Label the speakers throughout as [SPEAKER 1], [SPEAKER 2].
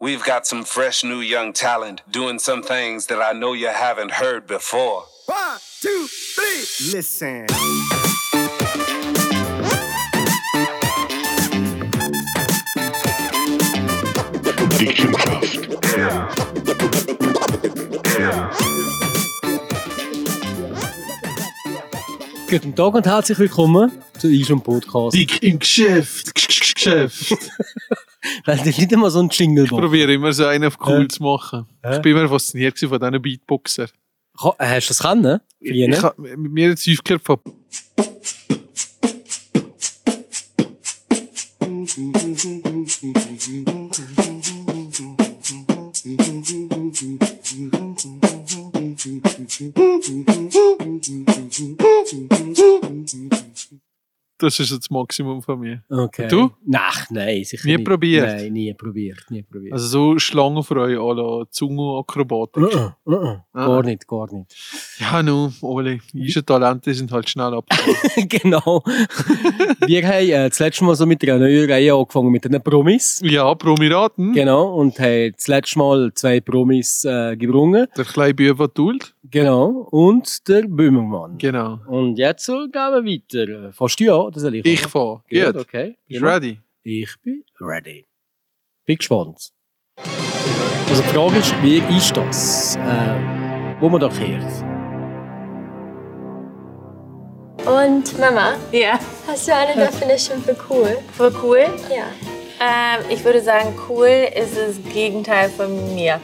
[SPEAKER 1] We've got some fresh new young talent doing some things that I know you haven't heard before.
[SPEAKER 2] One, two, three. Listen.
[SPEAKER 3] Prediction Kraft.
[SPEAKER 4] Guten Tag und herzlich willkommen zu unserem Podcast.
[SPEAKER 5] Dick im Geschäft. G- g- Geschäft.
[SPEAKER 4] Weil das ist nicht immer so ein Jingle
[SPEAKER 5] Ich probiere immer so einen auf cool zu machen.
[SPEAKER 4] Hä?
[SPEAKER 5] Ich bin immer fasziniert gewesen von diesen Beatboxern.
[SPEAKER 4] Ka- äh, Hast du das kennen?
[SPEAKER 5] Ich,
[SPEAKER 4] Früher?
[SPEAKER 5] hab- mir hat es häufig gehört von Das ist jetzt das Maximum von mir.
[SPEAKER 4] Okay.
[SPEAKER 5] Du?
[SPEAKER 4] Nein, nein, sicher
[SPEAKER 5] Nie
[SPEAKER 4] nicht.
[SPEAKER 5] probiert?
[SPEAKER 4] Nein, nie probiert, nie probiert.
[SPEAKER 5] Also so Schlangenfreude à la Zungenakrobatik.
[SPEAKER 4] Uh-uh, uh-uh.
[SPEAKER 5] Ah.
[SPEAKER 4] Gar nicht, gar nicht.
[SPEAKER 5] Ja, nun, Ole, unsere Talente sind halt schnell ab.
[SPEAKER 4] genau. Wir haben äh, das letzte Mal so mit einer neuen Reihe angefangen, mit den Promis.
[SPEAKER 5] ja, Promiraten.
[SPEAKER 4] Genau, und haben das letzte Mal zwei Promis äh, gebrungen.
[SPEAKER 5] Der kleine Bub, der duld.
[SPEAKER 4] Genau, und der Böhmermann.
[SPEAKER 5] Genau.
[SPEAKER 4] Und jetzt so gehen wir weiter. Fährst du ja, oder soll ich?
[SPEAKER 5] Ich fahre.
[SPEAKER 4] Gut,
[SPEAKER 5] Gut.
[SPEAKER 4] okay.
[SPEAKER 5] Bist
[SPEAKER 4] Genau.
[SPEAKER 5] ready?
[SPEAKER 4] Ich bin ready. Bin gespannt. Also die Frage ist, wie ist das, äh, wo man da kehrt?
[SPEAKER 6] Und Mama,
[SPEAKER 7] Ja,
[SPEAKER 6] hast du eine Definition für cool?
[SPEAKER 7] voll cool.
[SPEAKER 6] Ja.
[SPEAKER 7] Ähm, ich würde sagen, cool ist das Gegenteil von mir.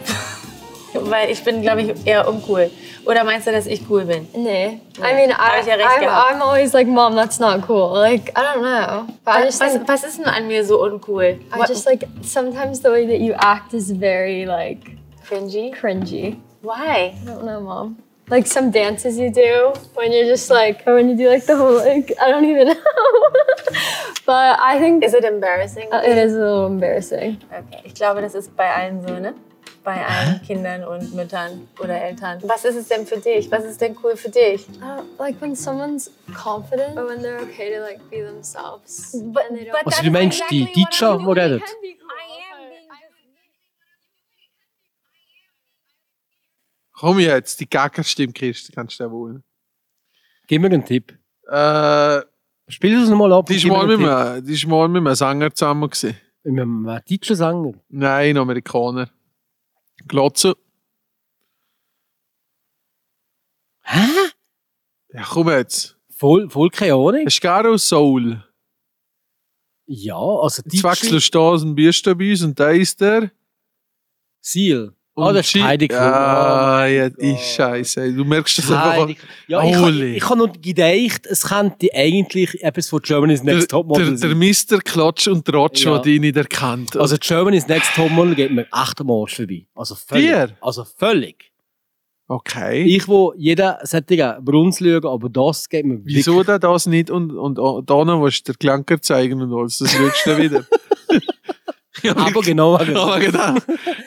[SPEAKER 7] Weil ich bin, glaube ich, eher uncool. Oder meinst du, dass ich cool bin?
[SPEAKER 6] Nee. I mean,
[SPEAKER 7] Hab
[SPEAKER 6] I,
[SPEAKER 7] ich ja recht
[SPEAKER 6] I'm,
[SPEAKER 7] gehabt.
[SPEAKER 6] I'm always like, Mom, that's not cool. Like, I don't know. But I
[SPEAKER 7] Was,
[SPEAKER 6] just
[SPEAKER 7] was,
[SPEAKER 6] think,
[SPEAKER 7] was ist denn an mir so uncool?
[SPEAKER 6] I just like, sometimes the way that you act is very like
[SPEAKER 7] cringy?
[SPEAKER 6] cringy.
[SPEAKER 7] Why?
[SPEAKER 6] I don't know, Mom. Like some dances you do when you're just like, or when you do like the whole, like, I don't even know. but I think
[SPEAKER 7] Is it embarrassing?
[SPEAKER 6] uh, it is a little embarrassing.
[SPEAKER 7] Okay. Ich glaube, das ist bei allen so, ne? Bei allen Kindern und Müttern oder Eltern. Was ist es denn für dich? Was ist denn cool für dich?
[SPEAKER 6] I don't, like when someone's confident or when they're okay to like be themselves.
[SPEAKER 7] But-
[SPEAKER 6] and they don't
[SPEAKER 7] but
[SPEAKER 4] Also du meinst die Teacher, die reden?
[SPEAKER 5] Komm jetzt, die Gegenstimme kriegst du, kannst du ja wohl.
[SPEAKER 4] Gib mir einen Tipp.
[SPEAKER 5] Äh,
[SPEAKER 4] Spiel das nochmal ab.
[SPEAKER 5] die ist
[SPEAKER 4] und gib
[SPEAKER 5] mal
[SPEAKER 4] mir
[SPEAKER 5] mit
[SPEAKER 4] einen
[SPEAKER 5] einem, die ist mal mit einem Sänger zusammen gewesen.
[SPEAKER 4] Tipp. Mit einem äh, deutschen Sänger.
[SPEAKER 5] Nein, ein Amerikaner. Glotze.
[SPEAKER 4] Hä?
[SPEAKER 5] Ja, komm jetzt.
[SPEAKER 4] Voll, voll keine Ahnung.
[SPEAKER 5] Hast du gerne Soul?
[SPEAKER 4] Ja, also
[SPEAKER 5] Jetzt
[SPEAKER 4] deutsche
[SPEAKER 5] wechselst du da einen Büsten bei uns und da ist der.
[SPEAKER 4] Ziel.
[SPEAKER 5] Und
[SPEAKER 4] Ah, das ist
[SPEAKER 5] Chi-
[SPEAKER 4] Heidi Klum.
[SPEAKER 5] Ah, ja,
[SPEAKER 4] Gott.
[SPEAKER 5] ich scheiße. Du merkst das einfach.
[SPEAKER 4] Heidi. Ja, ich, hab-
[SPEAKER 5] Holy.
[SPEAKER 4] ich habe noch gedacht, es könnte eigentlich etwas von Germany's Next
[SPEAKER 5] der,
[SPEAKER 4] Topmodel
[SPEAKER 5] der, der
[SPEAKER 4] sein.
[SPEAKER 5] Mister Klatsch und Tratsch,
[SPEAKER 4] Ja.
[SPEAKER 5] der dich nicht erkannt.
[SPEAKER 4] Also Germany's Next Topmodel geht mir echt am Arsch vorbei. Also völlig.
[SPEAKER 5] Dir?
[SPEAKER 4] Also völlig.
[SPEAKER 5] okay.
[SPEAKER 4] Ich, wo jeder solche Bruns schauen, aber das geht mir
[SPEAKER 5] Wieso denn das nicht? Und, und, und dann willst du den Klanker zeigen und alles. Das schaust du dann wieder. ja,
[SPEAKER 4] Aber genau. wegen-
[SPEAKER 5] Aber genau.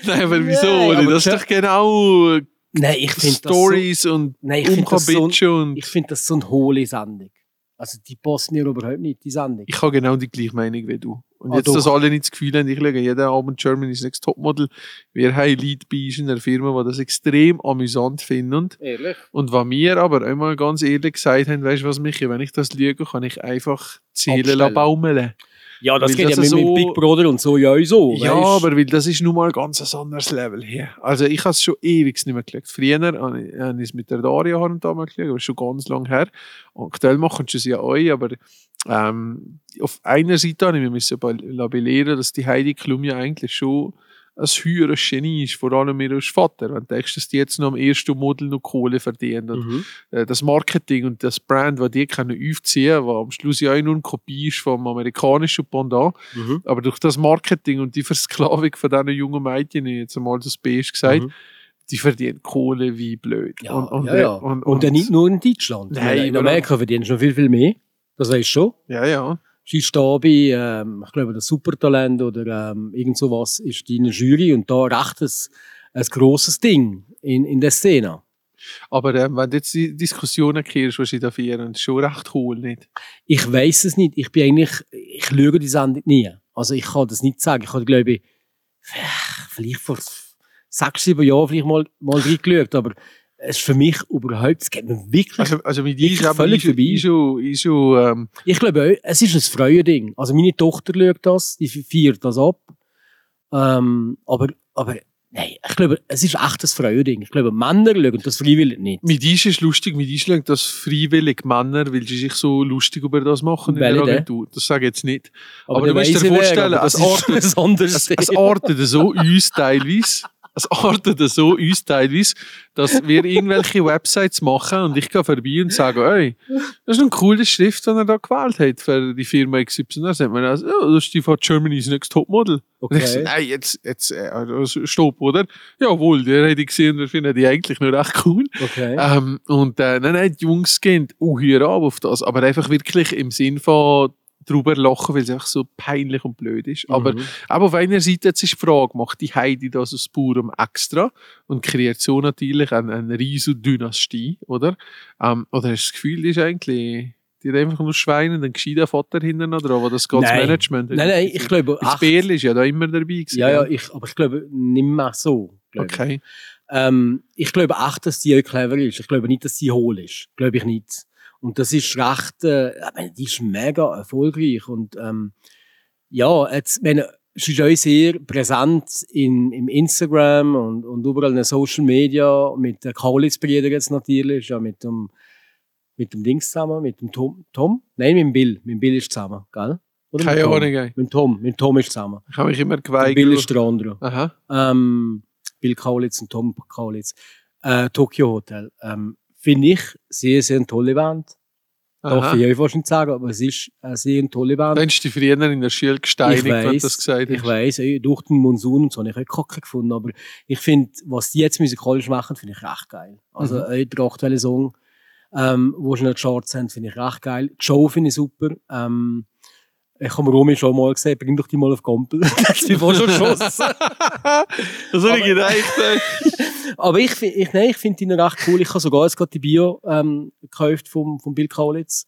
[SPEAKER 5] Nein, aber wieso?
[SPEAKER 4] Nein,
[SPEAKER 5] Oli?
[SPEAKER 4] aber
[SPEAKER 5] das ist
[SPEAKER 4] Jack-
[SPEAKER 5] doch genau äh,
[SPEAKER 4] Nein, ich finde das, so,
[SPEAKER 5] Stories und
[SPEAKER 4] Nein, ich find das so-
[SPEAKER 5] Umkabitsch und.
[SPEAKER 4] ich
[SPEAKER 5] Ich,
[SPEAKER 4] find das so eine hohle Sendung. Also die passt mir überhaupt nicht, die Sendung.
[SPEAKER 5] habe genau die gleiche Meinung wie du. Und
[SPEAKER 4] Ah,
[SPEAKER 5] jetzt,
[SPEAKER 4] doch.
[SPEAKER 5] dass alle nicht das Gefühl haben, ich schaue jeden Abend Germany's Next Topmodel. Wir haben Leute bei uns in der Firma, die das extrem amüsant finden.
[SPEAKER 4] Ehrlich?
[SPEAKER 5] Und was wir aber einmal ganz ehrlich gesagt haben, weißt du was, Michi, wenn ich das schaue, kann ich einfach
[SPEAKER 4] Abstellen.
[SPEAKER 5] Ziele baumeln.
[SPEAKER 4] Ja, das
[SPEAKER 5] Weil
[SPEAKER 4] geht
[SPEAKER 5] das
[SPEAKER 4] ja mit,
[SPEAKER 5] so-
[SPEAKER 4] mit Big Brother und so ja auch so.
[SPEAKER 5] Ja,
[SPEAKER 4] weißt?
[SPEAKER 5] aber weil das ist nun mal ganz ein anderes Level hier. Also ich habe es schon ewig nicht mehr geschaut. Früher habe ich- habe ich es mit der Daria hier und da mal geschaut, aber schon ganz lange her. Und aktuell machen sie es ja euch, aber ähm, auf einer Seite habe ich mich müssen be- la- belehren, dass die Heidi Klum ja eigentlich schon ein höheres Genie ist, vor allem ihr als Vater. Wenn du denkst, dass die jetzt noch am ersten Model noch Kohle verdient und
[SPEAKER 4] Mhm.
[SPEAKER 5] äh, das Marketing und das Brand, was die können aufziehen, was am Schluss ja auch nur eine Kopie ist vom amerikanischen Pendant,
[SPEAKER 4] Mhm.
[SPEAKER 5] aber durch das Marketing und die Versklavung von diesen jungen Mädchen, ich jetzt einmal das B ist gesagt,
[SPEAKER 4] Mhm.
[SPEAKER 5] die verdienen Kohle wie blöd.
[SPEAKER 4] Ja,
[SPEAKER 5] und, und,
[SPEAKER 4] ja, ja.
[SPEAKER 5] Und, und,
[SPEAKER 4] Und dann nicht nur in Deutschland.
[SPEAKER 5] Nein,
[SPEAKER 4] Weil in
[SPEAKER 5] überall.
[SPEAKER 4] Amerika verdienst du noch viel, viel mehr. Das weißt du schon.
[SPEAKER 5] Ja, ja.
[SPEAKER 4] Sie ist da bei, ähm, ich glaube, das Supertalent oder ähm, irgend sowas ist deine Jury und da recht ein, ein grosses Ding in, in der Szene.
[SPEAKER 5] Aber ähm, wenn du jetzt die Diskussionen kriegst, was ich da führen, ist schon recht cool, nicht?
[SPEAKER 4] Ich weiß es nicht. Ich bin eigentlich, ich lüge die Sendung nie. Also ich kann das nicht sagen. Ich habe, glaube ich, vielleicht vor sechs, sieben Jahren vielleicht mal, mal reingeschaut, aber es ist für mich überhaupt, es geht mir wirklich,
[SPEAKER 5] Also, also mit
[SPEAKER 4] Wirklich
[SPEAKER 5] Ischu,
[SPEAKER 4] völlig
[SPEAKER 5] Ischu,
[SPEAKER 4] vorbei.
[SPEAKER 5] Ischu, Ischu, ähm,
[SPEAKER 4] ich glaube, es ist ein Freudending. Also meine Tochter schaut das, die feiert das ab. Ähm, aber, aber, nein, ich glaube, es ist echt ein Freudending. Ich glaube, Männer schauen das freiwillig nicht.
[SPEAKER 5] mit Ischu ist lustig, mit Ischu schauen das freiwillig Männer, weil sie sich so lustig über das machen in
[SPEAKER 4] Welche
[SPEAKER 5] der
[SPEAKER 4] denn?
[SPEAKER 5] Agentur. Das sage ich jetzt nicht. Aber
[SPEAKER 4] der
[SPEAKER 5] du musst dir
[SPEAKER 4] weiss ich wer,
[SPEAKER 5] vorstellen,
[SPEAKER 4] aber das
[SPEAKER 5] es
[SPEAKER 4] ist
[SPEAKER 5] ortet-
[SPEAKER 4] ein anderes
[SPEAKER 5] Es, es
[SPEAKER 4] Thema.
[SPEAKER 5] artet so uns teilweise. Es artet so uns teilweise, dass wir irgendwelche Websites machen und ich gehe vorbei und sage, ey, das ist eine coole Schrift, die er da gewählt hat für die Firma XY. Dann sagt man, also, oh, das ist die von Germany's Next Topmodel. Und ich sage,
[SPEAKER 4] Okay.
[SPEAKER 5] nein, jetzt, jetzt, äh, also, stopp, oder? Jawohl, die hätte ich gesehen, wir finden die eigentlich nur echt cool.
[SPEAKER 4] okay.
[SPEAKER 5] Ähm, und äh, nein, nein, die Jungs gehen auch hier ab auf das, aber einfach wirklich im Sinn von drüber lachen, weil es einfach so peinlich und blöd ist. Aber
[SPEAKER 4] Mhm.
[SPEAKER 5] aber auf einer Seite jetzt ist die Frage, macht die Heidi das aus purem Extra und kreiert so natürlich eine, eine riesige Dynastie, oder? Ähm, oder hast du das Gefühl, die ist eigentlich, die hat einfach nur Schweine und einen gescheiten Vater hinten noch dran, der das ganze
[SPEAKER 4] Nein.
[SPEAKER 5] Management
[SPEAKER 4] Nein, nein, ich glaube,
[SPEAKER 5] Das
[SPEAKER 4] echt-
[SPEAKER 5] Bärli ist ja da immer dabei gewesen.
[SPEAKER 4] ja, ja,
[SPEAKER 5] gell?
[SPEAKER 4] ich, aber ich glaube, nicht mehr so. Glaube ich.
[SPEAKER 5] Okay.
[SPEAKER 4] Ähm, ich glaube echt, dass die auch clever ist. Ich glaube nicht, dass sie hohl ist. Glaube ich nicht. Und das ist recht, äh, ich meine, die ist mega erfolgreich. Und ähm, ja, jetzt, ich meine, sie ist auch sehr präsent in, im Instagram und, und überall in den Social Media. Mit den Kaulitz-Brüdern jetzt natürlich, ist ja mit dem, mit dem Dings zusammen, mit dem Tom. Tom? Nein, mit dem Bill. Mit dem Bill ist zusammen, gell? Oder mit
[SPEAKER 5] Keine
[SPEAKER 4] Tom?
[SPEAKER 5] Ahnung, ey.
[SPEAKER 4] Mit dem Tom. Mit dem Tom ist zusammen.
[SPEAKER 5] Ich habe mich immer
[SPEAKER 4] Der Bill
[SPEAKER 5] geweigert.
[SPEAKER 4] ist der andere
[SPEAKER 5] Aha.
[SPEAKER 4] ähm, Bill Kaulitz und Tom Kaulitz, äh, Tokyo Hotel. Ähm, Finde ich sehr, sehr ein tolle Band. Darf
[SPEAKER 5] Aha.
[SPEAKER 4] ich euch wahrscheinlich sagen, aber es ist eine sehr tolle Band.
[SPEAKER 5] Dann ist die früher in der Schule gesteinigt, wenn du das gesagt
[SPEAKER 4] ich
[SPEAKER 5] hast.
[SPEAKER 4] weiß, äh, durch den Monsun und so habe ich auch kacke gefunden, aber ich finde, was die jetzt musikalisch machen, finde ich recht geil. Also,
[SPEAKER 5] Mhm.
[SPEAKER 4] äh, der aktuelle Song, ähm, wo sie in den Charts sind, finde ich recht geil. Die Show finde ich super. Ähm, ich habe Romy schon mal gesagt, bring doch die mal auf Gompel. Die war schon geschossen.
[SPEAKER 5] Das habe ich gedacht. ey.
[SPEAKER 4] Aber ich, fi- ich, nein, ich finde ihn recht cool. Ich habe sogar jetzt gerade die Bio ähm, gekauft vom, vom Bill Kaulitz,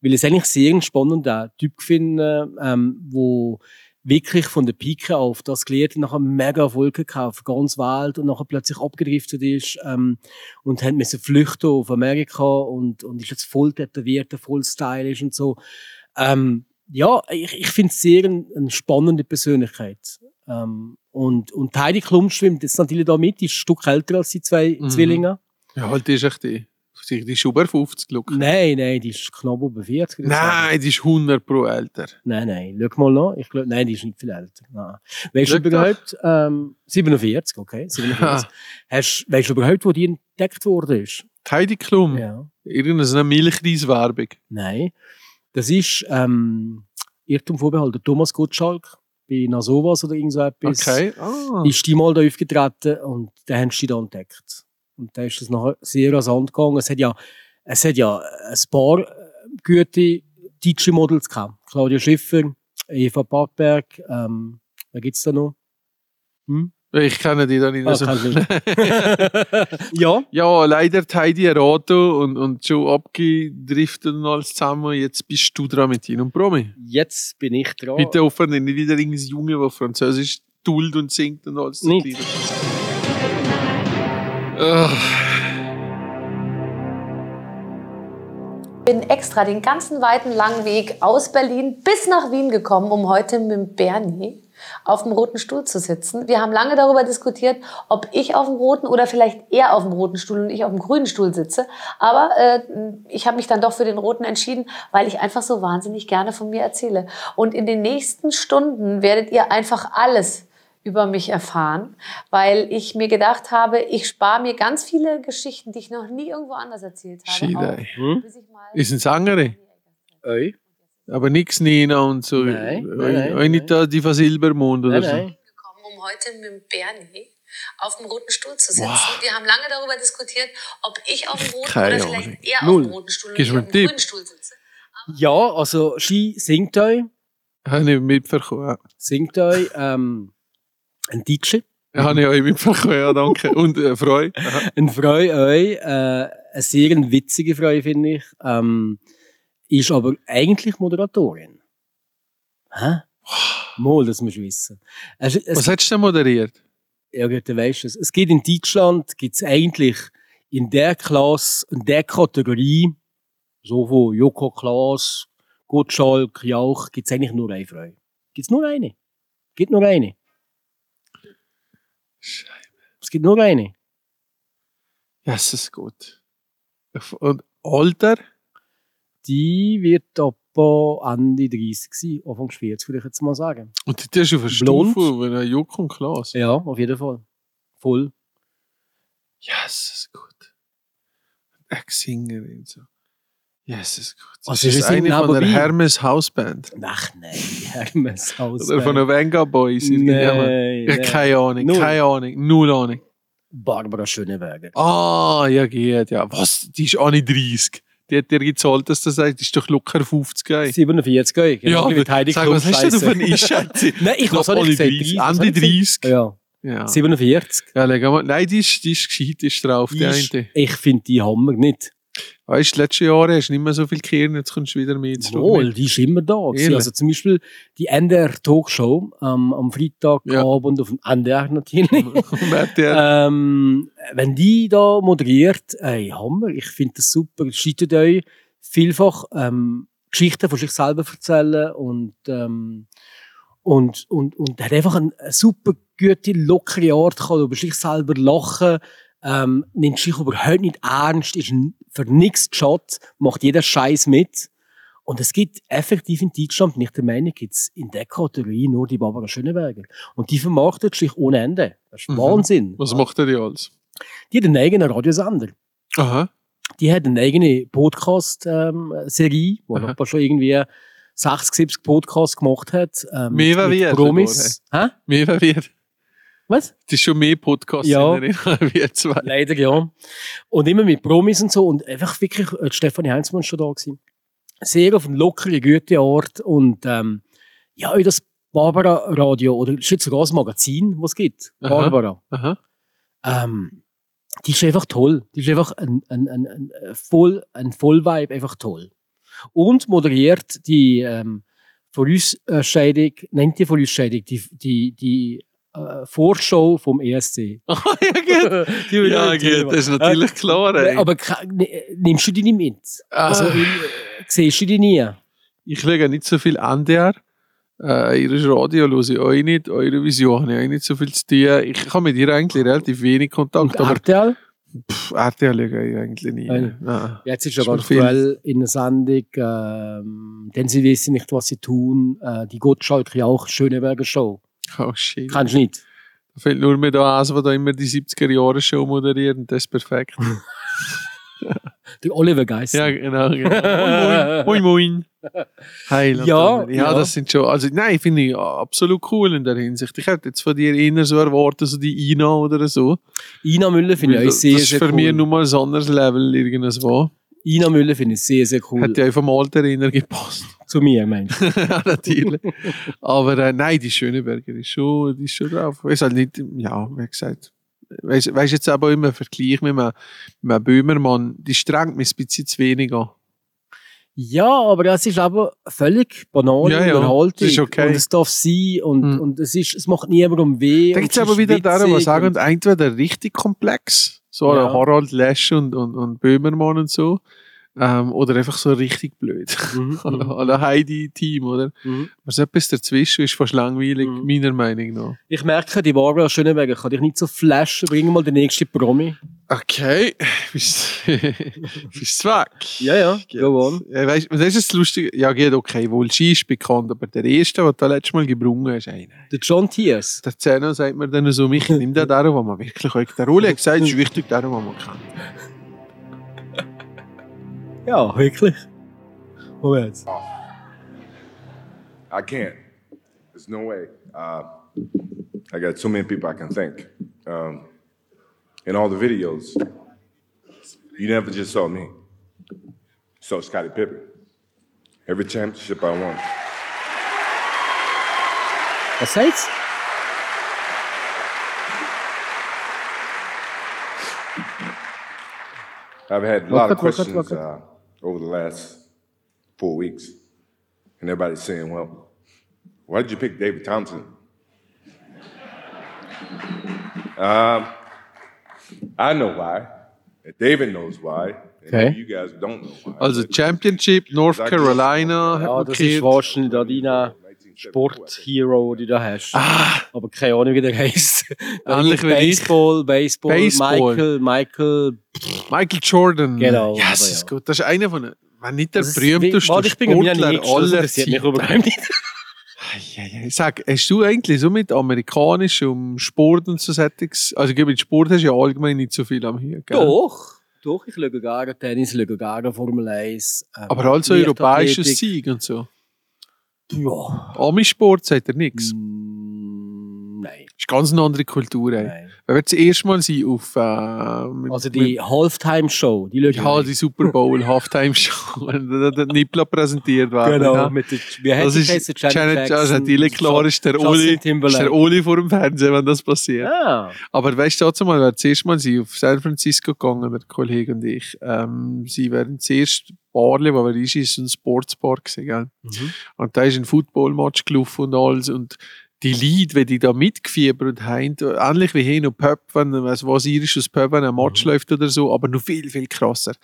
[SPEAKER 4] weil ich es eigentlich sehr einen spannenden Typ finde, ähm, wo wirklich von der Pike auf das gelernt hat, nachher mega Erfolg gekauft, ganz Welt und nachher plötzlich abgedriftet ist ähm, und hat müssen flüchten auf Amerika und, und ist jetzt voll tätowiert, voll stylisch und so. Ähm, ja, ich, ich finde es sehr ein, eine spannende Persönlichkeit. Ähm, und, und Heidi Klum schwimmt jetzt natürlich da mit, die ist ein Stück älter als die zwei
[SPEAKER 5] Mhm.
[SPEAKER 4] Zwillinge.
[SPEAKER 5] Ja, halt, die ist echt die. Die ist über 50, look.
[SPEAKER 4] Nein, nein, die ist knapp über 40. würde ich sagen.
[SPEAKER 5] Nein, die ist 100 pro älter.
[SPEAKER 4] Nein, nein, schau mal nach. Ich glaub, nein, die ist nicht viel älter. Nein. Weißt
[SPEAKER 5] Schau
[SPEAKER 4] du überhaupt, ähm, 47, okay, 47. Hast, weißt du überhaupt, wo die entdeckt worden ist?
[SPEAKER 5] Die Heidi Klum,
[SPEAKER 4] Ja.
[SPEAKER 5] irgendeine Milchreiswerbung.
[SPEAKER 4] Nein. Das ist, ähm, Irrtum vorbehalten, Thomas Gottschalk bei Nasovas oder irgend so etwas.
[SPEAKER 5] Okay. Ah.
[SPEAKER 4] ist die mal da aufgetreten und dann haben sie die da entdeckt. Und dann ist das nachher sehr rasant gegangen. Es hat ja, es hat ja ein paar äh, gute DJ-Models gehabt. Claudia Schiffer, Eva Parkberg, ähm, wer gibt's da noch?
[SPEAKER 5] Ich kenne die dann nicht.
[SPEAKER 4] Ah,
[SPEAKER 5] Also,
[SPEAKER 4] kennt nicht. ja.
[SPEAKER 5] ja, leider die Heidi Erato und, und Joe abgedriftet und alles zusammen. Jetzt bist du dran mit Ihnen und Promi.
[SPEAKER 4] Jetzt bin ich dran.
[SPEAKER 5] Bitte hoffen, nicht wieder irgendein Junge, der Französisch duldet und singt und alles.
[SPEAKER 4] Nicht.
[SPEAKER 5] zergliedert. Ah,
[SPEAKER 8] bin extra den ganzen weiten langen Weg aus Berlin bis nach Wien gekommen, um heute mit Bernie auf dem roten Stuhl zu sitzen. Wir haben lange darüber diskutiert, ob ich auf dem roten oder vielleicht er auf dem roten Stuhl und ich auf dem grünen Stuhl sitze. Aber äh, ich habe mich dann doch für den roten entschieden, weil ich einfach so wahnsinnig gerne von mir erzähle. Und in den nächsten Stunden werdet ihr einfach alles über mich erfahren, weil ich mir gedacht habe, ich spare mir ganz viele Geschichten, die ich noch nie irgendwo anders erzählt habe. auf.
[SPEAKER 5] Schiedei.
[SPEAKER 8] Bis ich mal-
[SPEAKER 5] Ist eine Sängerin.
[SPEAKER 4] Oi.
[SPEAKER 5] Aber nichts Nina und so.
[SPEAKER 4] Nein, nein, nein,
[SPEAKER 5] Auch nicht da die von Silbermond oder
[SPEAKER 4] Nein, nein.
[SPEAKER 8] gekommen, um heute mit Bernie auf dem roten Stuhl zu sitzen. Wir haben lange darüber diskutiert, ob ich auf dem roten
[SPEAKER 5] Keine
[SPEAKER 8] oder vielleicht
[SPEAKER 5] Ahnung.
[SPEAKER 8] er
[SPEAKER 4] Null.
[SPEAKER 8] auf dem roten Stuhl und
[SPEAKER 5] Gehst
[SPEAKER 8] ich
[SPEAKER 5] du
[SPEAKER 8] auf
[SPEAKER 5] mit
[SPEAKER 8] dem
[SPEAKER 5] Tipp?
[SPEAKER 8] grünen Stuhl sitze.
[SPEAKER 4] Ja, also, sie singt euch,
[SPEAKER 5] so. Habe ich äh, mitbekommen.
[SPEAKER 4] singt euch, ähm, ein DJ.
[SPEAKER 5] Ja, habe ich auch mitbekommen. Ja, danke. Und äh, Freude.
[SPEAKER 4] Ein Freu euch, äh, eine sehr witzige Frau, finde ich, ähm, ist aber eigentlich Moderatorin. Hä? Mal, das musst du wissen. Es, es,
[SPEAKER 5] Was hättest du denn moderiert?
[SPEAKER 4] ja, gut, dann weisst du es. Es gibt in Deutschland, gibt's eigentlich in der Klasse, in der Kategorie, so von Joko Klaas, Gottschalk, Jauch, gibt's eigentlich nur eine Frau. Gibt's nur eine. Gibt nur eine.
[SPEAKER 5] Scheiße.
[SPEAKER 4] Es gibt nur eine.
[SPEAKER 5] Das ist gut. Und Alter?
[SPEAKER 4] Die wird etwa Ende 30 sein, Anfang 40, würde ich jetzt mal sagen.
[SPEAKER 5] Und die ist auf einer
[SPEAKER 4] Blond.
[SPEAKER 5] Stufe, wenn er Juck und Klaas.
[SPEAKER 4] Ja, auf jeden Fall. Voll.
[SPEAKER 5] Yes, ist gut. Eine Singerin so. Yes, ist gut.
[SPEAKER 4] Also,
[SPEAKER 5] ist
[SPEAKER 4] wir
[SPEAKER 5] das
[SPEAKER 4] sind
[SPEAKER 5] eine von der
[SPEAKER 4] nebenbei.
[SPEAKER 5] Hermes Hausband.
[SPEAKER 4] Ach nein, Hermes Haus.
[SPEAKER 5] Oder Also von den Venga Boys. irgendjemand.
[SPEAKER 4] Nein,
[SPEAKER 5] Ja,
[SPEAKER 4] nein.
[SPEAKER 5] keine Ahnung,
[SPEAKER 4] Null.
[SPEAKER 5] keine Ahnung, null Ahnung.
[SPEAKER 4] Barbara Schöneberger.
[SPEAKER 5] Ah, ja, geht, ja. Was? Die ist auch nicht 30. Die hat dir gezahlt, dass du sagst, die ist doch locker 50 ey.
[SPEAKER 4] 47, gell? Genau, wie die
[SPEAKER 5] aber
[SPEAKER 4] Heidi
[SPEAKER 5] sag, was hast du denn
[SPEAKER 4] Klum
[SPEAKER 5] für eine Einschätzung?
[SPEAKER 4] Nein, ich
[SPEAKER 5] Knapp
[SPEAKER 4] weiß auch nicht,
[SPEAKER 5] alle 30,
[SPEAKER 4] gesagt, 30, was
[SPEAKER 5] Ende
[SPEAKER 4] hab ich gesagt?
[SPEAKER 5] 30.
[SPEAKER 4] Ja,
[SPEAKER 5] Ja,
[SPEAKER 4] 47.
[SPEAKER 5] ja leg mal. Nein, die ist, die ist gescheit, die ist drauf, die,
[SPEAKER 4] Die ist-
[SPEAKER 5] eine.
[SPEAKER 4] Ich finde die Hammer nicht.
[SPEAKER 5] Weißt du, letzte Jahre hast du nicht mehr so viel Kirn, jetzt kommst du wieder mit. Schau
[SPEAKER 4] Wohl,
[SPEAKER 5] mit.
[SPEAKER 4] die ist immer da. gewesen.
[SPEAKER 5] Ehrlich?
[SPEAKER 4] Also zum Beispiel die NDR Talkshow ähm, am Freitagabend
[SPEAKER 5] Ja.
[SPEAKER 4] auf dem NDR natürlich.
[SPEAKER 5] Und hat der-
[SPEAKER 4] Ähm, wenn die da moderiert, ey, Hammer, ich finde das super. Schreitet euch vielfach ähm, Geschichten von sich selber erzählen und, ähm, und, und, und hat einfach eine, eine super gute, lockere Art, kann über sich selber lachen, ähm, nimmt sich überhaupt nicht ernst, ist n- für nichts geschott, macht jeden Scheiß mit. Und es gibt effektiv in Deutschland, nicht der Meinung, gibt es in der Kategorie nur die Barbara Schöneberger. Und die vermarktet sich ohne Ende. Das ist
[SPEAKER 5] Mhm.
[SPEAKER 4] Wahnsinn.
[SPEAKER 5] Was macht der die alles?
[SPEAKER 4] Die hat einen eigenen Radiosender.
[SPEAKER 5] Aha.
[SPEAKER 4] Die hat eine eigene Podcast-Serie, wo
[SPEAKER 5] Aha.
[SPEAKER 4] Papa schon irgendwie 60, 70 Podcasts gemacht hat. Ähm,
[SPEAKER 5] Mehr wie wir,
[SPEAKER 4] Promis. Hä?
[SPEAKER 5] Mehr verwirrt.
[SPEAKER 4] Was?
[SPEAKER 5] Das ist schon mehr Podcast
[SPEAKER 4] Ja.
[SPEAKER 5] in wir zwei.
[SPEAKER 4] Leider, ja. Und immer mit Promis und so. Und einfach wirklich, äh, die Stefanie Heinzmann ist schon da gewesen. Sehr auf eine lockere, gute Art. Und ähm, ja, auch das Barbara-Radio oder es ist jetzt sogar das Magazin, was es gibt.
[SPEAKER 5] Aha.
[SPEAKER 4] Barbara.
[SPEAKER 5] Aha.
[SPEAKER 4] Ähm, die ist einfach toll. Die ist einfach ein, ein, ein, ein, ein voll, ein Vollvibe, einfach toll. Und moderiert die ähm, von uns äh, Scheidung, nennt die von uns Scheidung, die, die, die äh, Vorschau vom E ESC.
[SPEAKER 5] Ah, ja, geht. Ja, geht. Das ist natürlich klar.
[SPEAKER 4] Äh,
[SPEAKER 5] Ey.
[SPEAKER 4] aber ka- ne- nimmst du die nicht mit?
[SPEAKER 5] Ah.
[SPEAKER 4] Also, äh, siehst du die nie?
[SPEAKER 5] ich schaue nicht so viel NDR. Äh, ihr Radio höre ich euch nicht, eure Vision habe ich auch nicht so viel zu tun. Ich habe mit ihr eigentlich relativ wenig Kontakt,
[SPEAKER 4] Und
[SPEAKER 5] aber
[SPEAKER 4] RTL?
[SPEAKER 5] pff, RTL schaue ich eigentlich nie.
[SPEAKER 4] Nein.
[SPEAKER 5] Nein.
[SPEAKER 4] Jetzt ist
[SPEAKER 5] Ist
[SPEAKER 4] aber
[SPEAKER 5] mir viel.
[SPEAKER 4] aktuell in einer Sendung, ähm, denn sie wissen nicht, was sie tun, äh, die Gottschalk ja auch Schöneberger Show.
[SPEAKER 5] Oh shit. Da
[SPEAKER 4] Kannst du nicht.
[SPEAKER 5] fehlt nur mehr da eins, der da immer die 70er-Jahre-Show moderiert und das ist perfekt.
[SPEAKER 4] Der Oliver Geist.
[SPEAKER 5] Ja, genau. genau. moin, moin, moin. moin. Heiland.
[SPEAKER 4] Ja,
[SPEAKER 5] ja, ja,
[SPEAKER 4] ja.
[SPEAKER 5] das sind schon. Also, nein, finde ich absolut cool in der Hinsicht. Ich hätte jetzt von dir eher so erwartet, so die Ina oder so.
[SPEAKER 4] Ina Müller finde ich
[SPEAKER 5] Weil
[SPEAKER 4] auch
[SPEAKER 5] das
[SPEAKER 4] sehr,
[SPEAKER 5] ist
[SPEAKER 4] sehr
[SPEAKER 5] für
[SPEAKER 4] cool.
[SPEAKER 5] mich nur mal ein anderes Level irgendwo.
[SPEAKER 4] Ina Müller finde ich sehr, sehr cool.
[SPEAKER 5] Hätte ja auch vom Alter eher gepasst.
[SPEAKER 4] Zu mir, meinst du?
[SPEAKER 5] ja, natürlich. Aber äh, nein, die Schöneberger ist schon, die ist schon drauf. Ist halt nicht, ja, wie gesagt. Weißt du jetzt aber immer im Vergleich mit einem, mit einem Böhmermann, die strengt mich ein bisschen zu wenig an.
[SPEAKER 4] ja, aber das ist aber völlig banal
[SPEAKER 5] Ja, ja,
[SPEAKER 4] Unterhaltung.
[SPEAKER 5] das ist okay.
[SPEAKER 4] Und es darf sein und,
[SPEAKER 5] Hm.
[SPEAKER 4] und es, ist, es macht niemandem weh.
[SPEAKER 5] Da
[SPEAKER 4] und
[SPEAKER 5] gibt es
[SPEAKER 4] es
[SPEAKER 5] aber
[SPEAKER 4] ist
[SPEAKER 5] wieder darum, was
[SPEAKER 4] witzig
[SPEAKER 5] sagen,
[SPEAKER 4] und-
[SPEAKER 5] entweder richtig komplex, so
[SPEAKER 4] Ja.
[SPEAKER 5] ja. Harald Lesch und, und, und Böhmermann und so, ähm, oder einfach so richtig blöd.
[SPEAKER 4] Mhm,
[SPEAKER 5] Alle
[SPEAKER 4] mhm,
[SPEAKER 5] alle Heidi-Team, oder?
[SPEAKER 4] mhm.
[SPEAKER 5] Aber so etwas dazwischen ist fast langweilig,
[SPEAKER 4] Mhm.
[SPEAKER 5] meiner Meinung nach.
[SPEAKER 4] Ich merke, die Barbara Schöneberger kann dich nicht so flashen. Bring mal den nächsten Promi.
[SPEAKER 5] Okay, bist bist weg.
[SPEAKER 4] Ja, ja, go on.
[SPEAKER 5] Ja, Äh, weißt, das ist das Lustige. Ja, geht okay, wohl Ski ist bekannt, aber der erste, der da letztes Mal gebrungen ist, einer.
[SPEAKER 4] Der John Thiers.
[SPEAKER 5] Der Zeno sagt mir dann so, mich nimm den darum, was man wirklich kennt. Der Uli hat gesagt, es ist wichtig, darum, was man kennt.
[SPEAKER 4] Ja, wirklich. Moment.
[SPEAKER 9] I can't. There's no way. Uh, I got too many people I can thank. Um, in all the videos, you never just saw me. So Scottie Pippen. Every championship I won.
[SPEAKER 4] Was sagt's?
[SPEAKER 9] I've had a
[SPEAKER 4] Walk it, walk
[SPEAKER 9] lot of
[SPEAKER 4] it,
[SPEAKER 9] questions
[SPEAKER 4] walk it.
[SPEAKER 9] uh, over the last four weeks, and everybody's saying, "Well, Why did you pick David Thompson? um, I know why. David knows why. And
[SPEAKER 4] Okay.
[SPEAKER 9] You guys don't know why.
[SPEAKER 5] Also Championship, North Carolina. hat
[SPEAKER 4] Ja,
[SPEAKER 5] man
[SPEAKER 4] das ist
[SPEAKER 5] gehört.
[SPEAKER 4] wahrscheinlich da dein Sport-Hero, den du da hast. Aber keine Ahnung, wie der heisst.
[SPEAKER 5] Ähnlich wie Ah. ich.
[SPEAKER 4] Baseball, Baseball,
[SPEAKER 5] Baseball.
[SPEAKER 4] Michael, Michael.
[SPEAKER 5] Michael Jordan.
[SPEAKER 4] Genau,
[SPEAKER 5] Ja,
[SPEAKER 4] aber
[SPEAKER 5] das ist
[SPEAKER 4] ja.
[SPEAKER 5] gut. Das ist einer von den, wenn nicht der
[SPEAKER 4] Das ist wie-
[SPEAKER 5] berühmteste
[SPEAKER 4] Warte, ich bin mir nicht
[SPEAKER 5] Sportler
[SPEAKER 4] eingestellt, das
[SPEAKER 5] aller
[SPEAKER 4] interessiert mich
[SPEAKER 5] Zeiten.
[SPEAKER 4] überhaupt nicht.
[SPEAKER 5] Ja, ja. Ich sag, hast du eigentlich so mit amerikanischem Sport und so Settings, also gell, mit Sport hast du ja allgemein nicht so viel am Hirn, gell?
[SPEAKER 4] Doch, doch, ich schaue gerne Tennis, schaue gerne Formel 1. ähm,
[SPEAKER 5] Aber also
[SPEAKER 4] Leichtathletik.
[SPEAKER 5] europäischer Sieg und so.
[SPEAKER 4] Ja.
[SPEAKER 5] Amisport sagt er
[SPEAKER 4] Mhm.
[SPEAKER 5] nichts.
[SPEAKER 4] Mm, Nein,
[SPEAKER 5] Ist ganz eine andere Kultur. Ey.
[SPEAKER 4] nein.
[SPEAKER 5] Wenn wir das erste Mal sind auf äh, mit,
[SPEAKER 4] Also die Halftime-Show, die schaue
[SPEAKER 5] mit,
[SPEAKER 4] ich
[SPEAKER 5] ja,
[SPEAKER 4] nicht.
[SPEAKER 5] die Super Bowl Halftime Show, wenn der der Nippler präsentiert werden.
[SPEAKER 4] Genau,
[SPEAKER 5] ne?
[SPEAKER 4] mit der, wie
[SPEAKER 5] Das
[SPEAKER 4] heißt die
[SPEAKER 5] ist
[SPEAKER 4] Kaiser? Janet
[SPEAKER 5] Janet
[SPEAKER 4] Jackson,
[SPEAKER 5] Jackson. Natürlich klar ist der
[SPEAKER 4] Justin
[SPEAKER 5] Oli, ist
[SPEAKER 4] Timberlake.
[SPEAKER 5] der Oli vor dem Fernsehen, wenn das passiert.
[SPEAKER 4] Ah,
[SPEAKER 5] Aber weißt du, dazu mal, wir zuerst mal sind auf San Francisco gegangen, der Kollege und ich. Ähm, sie wären zuerst Barle, wo wir ist, ist ein Sportsbar gewesen, gell?
[SPEAKER 4] Mhm.
[SPEAKER 5] Und da ist ein Footballmatch gelaufen und alles. Und die Leute, wenn die da mitgefiebert haben, ähnlich wie hin und Pöpp, wenn also was irisches Pöpp, wenn ein Match läuft oder so, aber noch viel, viel krasser.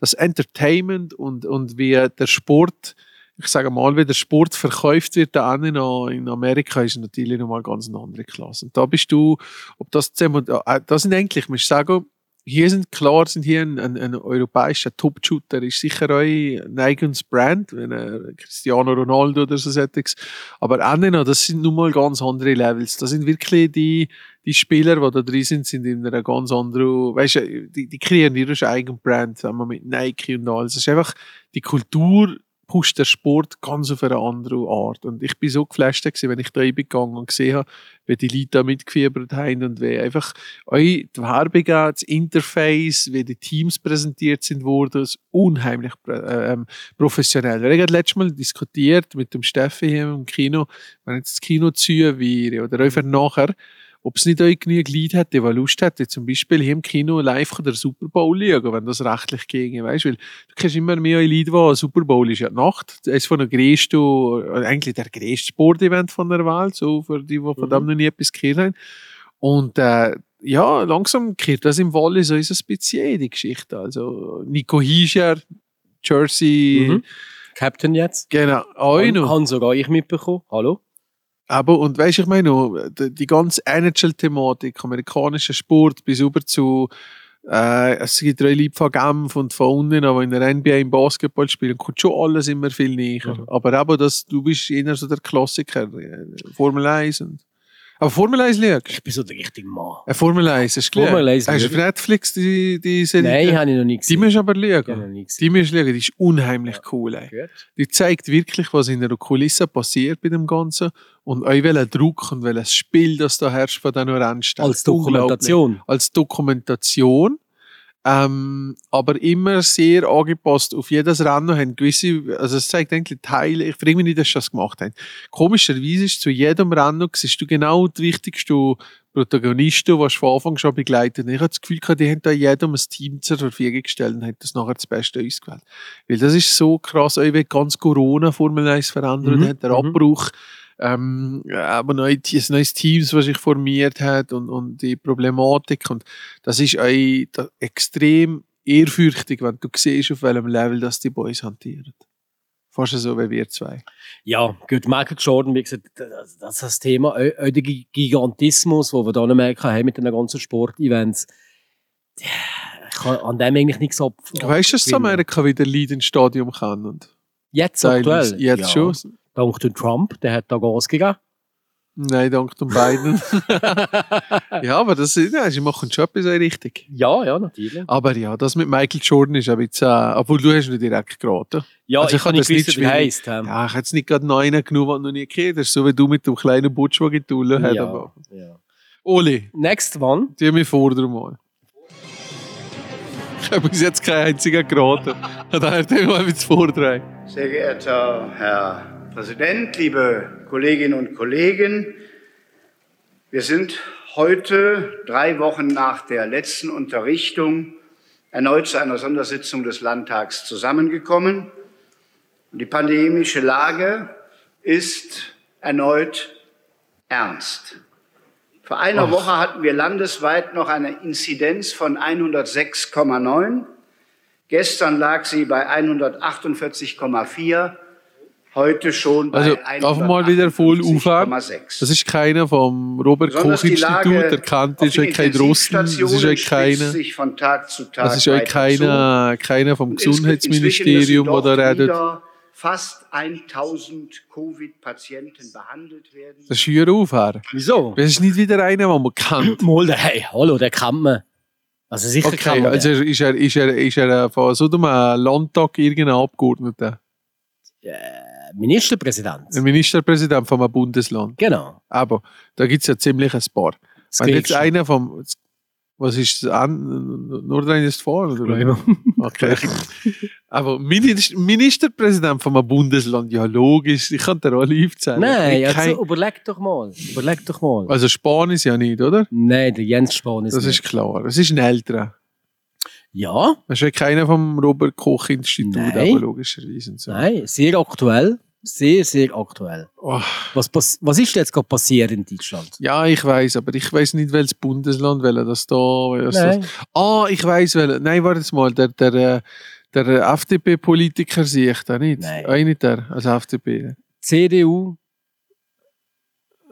[SPEAKER 5] Das Entertainment und, und wie der Sport, ich sage mal, wie der Sport verkauft wird, da in, in Amerika ist natürlich nochmal ganz eine andere Klasse. Und da bist du, ob das zusammen, äh, das sind eigentlich, muss ich sagen, hier sind klar, sind hier ein, ein, ein europäischer Top-Shooter, ist sicher auch ein eigenes Brand, wenn er Cristiano Ronaldo oder so etwas. Aber auch nicht noch, das sind nun mal ganz andere Levels. Das sind wirklich die, die Spieler, die da drin sind, sind in einer ganz anderen, weißt du, die, die kreieren ihren eigenen Brand, wenn man mit Nike und alles. Es ist einfach, die Kultur pusht der Sport ganz auf eine andere Art. Und ich bin so geflasht, gewesen, wenn ich da reingegangen und gesehen habe, wie die Leute da mitgefiebert haben und wie einfach auch die Werbung, das Interface, wie die Teams präsentiert sind worden, ist unheimlich äh, ähm, professionell. Wir haben letztes Mal diskutiert mit dem Steffi hier im Kino, wenn jetzt das Kino ziehen wäre oder einfach nachher, ob es nicht euch genügend Leute hätte, die Lust hätte, zum Beispiel hier im Kino live der Super Bowl schauen, wenn das rechtlich ginge, weißt du, weil du kennst immer mehr Leute, die Super Bowl ist ja die Nacht, das ist von der grössten, eigentlich der grösste Sportevent von der Welt, so für die, die von dem noch nie etwas gehört haben. Und äh, ja, langsam kehrt das im Wallis so ist es speziell, die Geschichte. Also Nico Hischer, Jersey,
[SPEAKER 4] Mhm. Captain jetzt.
[SPEAKER 5] genau, auch noch.
[SPEAKER 4] Habe sogar ich mitbekommen. Hallo?
[SPEAKER 5] Aber, und weißt ich meine, noch, die, die ganze NHL-Thematik, amerikanischer Sport bis über zu, äh, es gibt drei Leute von Genf und von unten, aber in der NBA im Basketball spielen, kommt schon alles immer viel näher.
[SPEAKER 4] Mhm.
[SPEAKER 5] Aber eben, das, du bist eher so der Klassiker, äh, Formel 1 und, aber Formel 1 schaust
[SPEAKER 4] Ich bin so der richtige Mann.
[SPEAKER 5] du? Äh, Formel 1 hast du geschaut?
[SPEAKER 4] Formel 1
[SPEAKER 5] Hast du auf
[SPEAKER 4] schaue
[SPEAKER 5] Netflix die, die Serie?
[SPEAKER 4] Nein, habe ich noch nie
[SPEAKER 5] Die
[SPEAKER 4] gesehen.
[SPEAKER 5] musst du aber
[SPEAKER 4] Ich habe noch
[SPEAKER 5] schauen.
[SPEAKER 4] nie gesehen.
[SPEAKER 5] Die musst du schauen, die ist unheimlich cool, ey.
[SPEAKER 4] Gut.
[SPEAKER 5] Die zeigt wirklich, was in der Kulisse passiert bei dem Ganzen und auch welchen Druck und welches Spiel das da herrscht von diesen Rennständen.
[SPEAKER 4] Als Dokumentation.
[SPEAKER 5] Unglaublich. Als Dokumentation. Ähm, aber immer sehr angepasst auf jedes Rennen haben gewisse, also es zeigt eigentlich Teile, ich frage mich nicht, dass sie das gemacht haben. Komischerweise ist zu jedem Rennen, siehst du genau die wichtigsten Protagonisten, die von Anfang schon begleitet haben. Ich habe das Gefühl gehabt, die haben da jedem ein Team zur Verfügung gestellt und haben das nachher das Beste ausgewählt. Weil das ist so krass, auch wie ganz Corona Formel 1 verändert
[SPEAKER 4] Mhm,
[SPEAKER 5] hat, der
[SPEAKER 4] mhm.
[SPEAKER 5] Abbruch, ähm, aber neue, ein neues Teams, was sich formiert hat und, und die Problematik und das ist ein, da, extrem ehrfürchtig, wenn du siehst, auf welchem Level das die Boys hantieren. Fast so wie wir zwei.
[SPEAKER 4] Ja, gut, Michael Jordan, wie gesagt, das das ist das Thema. Auch auch der Gi- Gigantismus, den wir hier in Amerika haben mit den ganzen Sportevents. Ich kann an dem eigentlich nichts ab.
[SPEAKER 5] Weißt du, dass
[SPEAKER 4] abgewinnen.
[SPEAKER 5] Amerika wieder Lead ins Stadion kann? Und
[SPEAKER 4] Jetzt
[SPEAKER 5] teilweise-
[SPEAKER 4] aktuell?
[SPEAKER 5] Jetzt
[SPEAKER 4] ja.
[SPEAKER 5] schon?
[SPEAKER 4] Dank dem Trump, der hat da Gas gegeben.
[SPEAKER 5] Nein, dank den beiden. ja, aber das ist, ja, sie machen schon etwas richtig.
[SPEAKER 4] Ja, ja, natürlich.
[SPEAKER 5] Aber ja, das mit Michael Jordan ist ein bisschen, äh, obwohl du hast nicht direkt geraten.
[SPEAKER 4] Ja,
[SPEAKER 5] Also
[SPEAKER 4] also
[SPEAKER 5] ich hab
[SPEAKER 4] ich kann nicht
[SPEAKER 5] das nicht
[SPEAKER 4] wissen, wie er
[SPEAKER 5] schwierig.
[SPEAKER 4] heisst. ähm.
[SPEAKER 5] Ja, ich hätte jetzt nicht gerade noch einen genommen, den du noch nie gehört hast, so wie du mit dem kleinen Butsch, der getullen hat. Aber.
[SPEAKER 4] ja.
[SPEAKER 5] Oli,
[SPEAKER 4] Next one.
[SPEAKER 5] die mich vor dir mal. Ich habe bis jetzt keinen einzigen geraten. Und daher denke ich mal mit vordrehen.
[SPEAKER 10] Sehr geehrter Herr Präsident, liebe Kolleginnen und Kollegen, wir sind heute, drei Wochen nach der letzten Unterrichtung, erneut zu einer Sondersitzung des Landtags zusammengekommen. Und Die pandemische Lage ist erneut ernst. Vor einer Woche hatten wir landesweit noch eine Inzidenz von 106,9. Gestern lag sie bei 148,4. Heute schon bei
[SPEAKER 5] Also, darf mal wieder voll aufhören?
[SPEAKER 10] 158,6.
[SPEAKER 5] Das ist keiner vom Robert-Koch-Institut erkannt, ist ja kein Russen, das ist ja
[SPEAKER 10] keiner.
[SPEAKER 5] keiner.
[SPEAKER 10] sich von Tag zu Tag
[SPEAKER 5] Das ist ja
[SPEAKER 10] weiter
[SPEAKER 5] keiner, keiner vom
[SPEAKER 10] zu. Inzwischen- inzwischen
[SPEAKER 5] Gesundheitsministerium, der
[SPEAKER 10] müssen dort
[SPEAKER 5] redet.
[SPEAKER 10] wieder Fast 1000 Covid-Patienten behandelt werden.
[SPEAKER 5] Das ist hier aufhören.
[SPEAKER 4] Wieso?
[SPEAKER 5] Das ist nicht wieder einer, den man kennt.
[SPEAKER 4] Mal, der- hey, hallo, der kann man. Also sicher kann
[SPEAKER 5] Okay,
[SPEAKER 4] man.
[SPEAKER 5] also
[SPEAKER 4] den.
[SPEAKER 5] ist er, ist er, ist er äh, von so einem Landtag irgendein Abgeordneter,
[SPEAKER 4] Ministerpräsident.
[SPEAKER 5] ein Ministerpräsident von einem Bundesland.
[SPEAKER 4] Genau.
[SPEAKER 5] Aber da gibt es ja ziemlich ein paar.
[SPEAKER 4] Das
[SPEAKER 5] Wenn jetzt
[SPEAKER 4] kriegst du.
[SPEAKER 5] einer vom. Was ist das? An- Nordrhein-Westfalen? oder? Okay. Aber Minis- Ministerpräsident von einem Bundesland, ja logisch, ich kann dir alle aufzählen.
[SPEAKER 4] Nein,
[SPEAKER 5] Ich
[SPEAKER 4] also
[SPEAKER 5] kein,
[SPEAKER 4] überleg doch mal. Überleg doch mal.
[SPEAKER 5] also Spahn ist ja nicht, oder?
[SPEAKER 4] Nein, der Jens Spahn ist
[SPEAKER 5] Das
[SPEAKER 4] nicht.
[SPEAKER 5] ist klar. Das ist ein älterer.
[SPEAKER 4] Ja,
[SPEAKER 5] Das ist ja keiner vom Robert-Koch-Institut,
[SPEAKER 4] Nein.
[SPEAKER 5] aber logischerweise. und So.
[SPEAKER 4] nein, sehr aktuell. Sehr, sehr aktuell.
[SPEAKER 5] Oh.
[SPEAKER 4] Was, pass- was ist jetzt gerade passiert in Deutschland?
[SPEAKER 5] Ja, ich weiß, aber ich weiß nicht, welches Bundesland, welcher das da, welches das.
[SPEAKER 4] Nein.
[SPEAKER 5] Ah, ich weiß, welcher. Nein, warte jetzt mal, der, der, äh, der FDP-Politiker sehe ich da nicht.
[SPEAKER 4] Nein.
[SPEAKER 5] Auch nicht der, also als FDP.
[SPEAKER 4] CDU,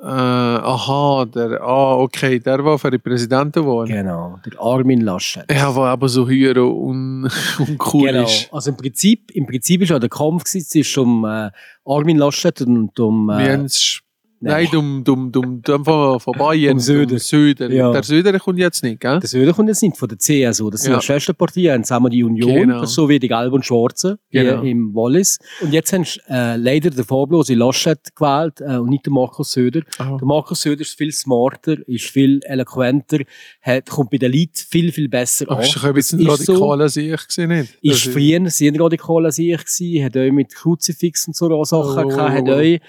[SPEAKER 5] Äh, aha, der, ah, okay, der war für den Präsidenten geworden.
[SPEAKER 4] genau, der Armin Laschet.
[SPEAKER 5] Ja, war aber so höher und uncool
[SPEAKER 4] Genau.
[SPEAKER 5] ist.
[SPEAKER 4] Also im Prinzip, im Prinzip ist auch der Kampf gewesen zwischen um, äh, Armin Laschet und um
[SPEAKER 5] Wir
[SPEAKER 4] äh,
[SPEAKER 5] haben's- Nein, dum, dum, dum, dum von, von Bayern.
[SPEAKER 4] Um Söder.
[SPEAKER 5] dum Söder.
[SPEAKER 4] Ja.
[SPEAKER 5] Der Söder kommt jetzt nicht, gell?
[SPEAKER 4] der Söder kommt jetzt nicht von der CSU. Das sind
[SPEAKER 5] Ja.
[SPEAKER 4] ja Schwesterpartien, haben zusammen die Union,
[SPEAKER 5] Genau.
[SPEAKER 4] das ist so wie die Gelben und Schwarzen hier
[SPEAKER 5] Genau.
[SPEAKER 4] im Wallis. Und jetzt haben sie, äh, leider den farblose Laschet gewählt äh, und nicht den Markus Söder.
[SPEAKER 5] Ah.
[SPEAKER 4] Der Markus Söder ist viel smarter, ist viel eloquenter, hat, kommt bei den Leuten viel, viel besser
[SPEAKER 5] Ach,
[SPEAKER 4] an.
[SPEAKER 5] ist doch ein bisschen Also
[SPEAKER 4] Das ist so.
[SPEAKER 5] radikaler als ich gesehen, nicht? Das
[SPEAKER 4] ist früher sehr radikal als ich gewesen, hat euch mit Kruzifix und so an Sachen
[SPEAKER 5] Oh,
[SPEAKER 4] gehabt, hat
[SPEAKER 5] oh, oh.
[SPEAKER 4] euch,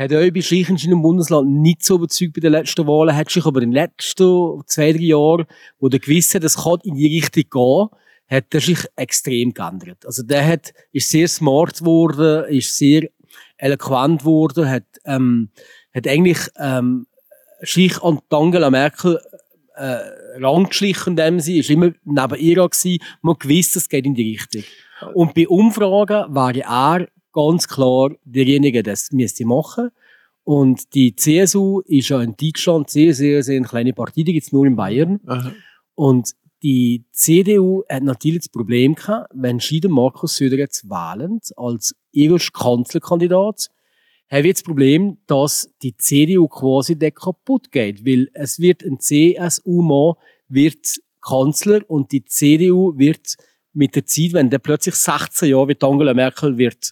[SPEAKER 4] hat euch bei Schleichen im Bundesland nicht so überzeugt bei den letzten Wahlen, hat sich aber in den letzten zwei, drei Jahren, wo der gewiss hat, es kann in die Richtung gehen, hat er sich extrem geändert. Also der hat, ist sehr smart geworden, ist sehr eloquent geworden, hat, ähm, hat eigentlich, ähm, Schleich an die Angela Merkel äh, rangeschlichen, in dem sie ist immer neben ihr gewesen. Man hat gewusst, es geht in die Richtung. Genau. Und bei Umfragen wäre er ganz klar derjenige, der es müsste machen. Und die CSU ist ja in Deutschland sehr, sehr, sehr eine kleine Partei, die gibt's nur in Bayern.
[SPEAKER 5] Aha.
[SPEAKER 4] Und die CDU hat natürlich das Problem gehabt, wenn Schieder Markus Söder jetzt wählend als irischen Kanzlerkandidat, haben wir das Problem, dass die CDU quasi dann kaputt geht, weil es wird ein CSU-Mann wird Kanzler und die CDU wird mit der Zeit, wenn der plötzlich 16 Jahre wird Angela Merkel wird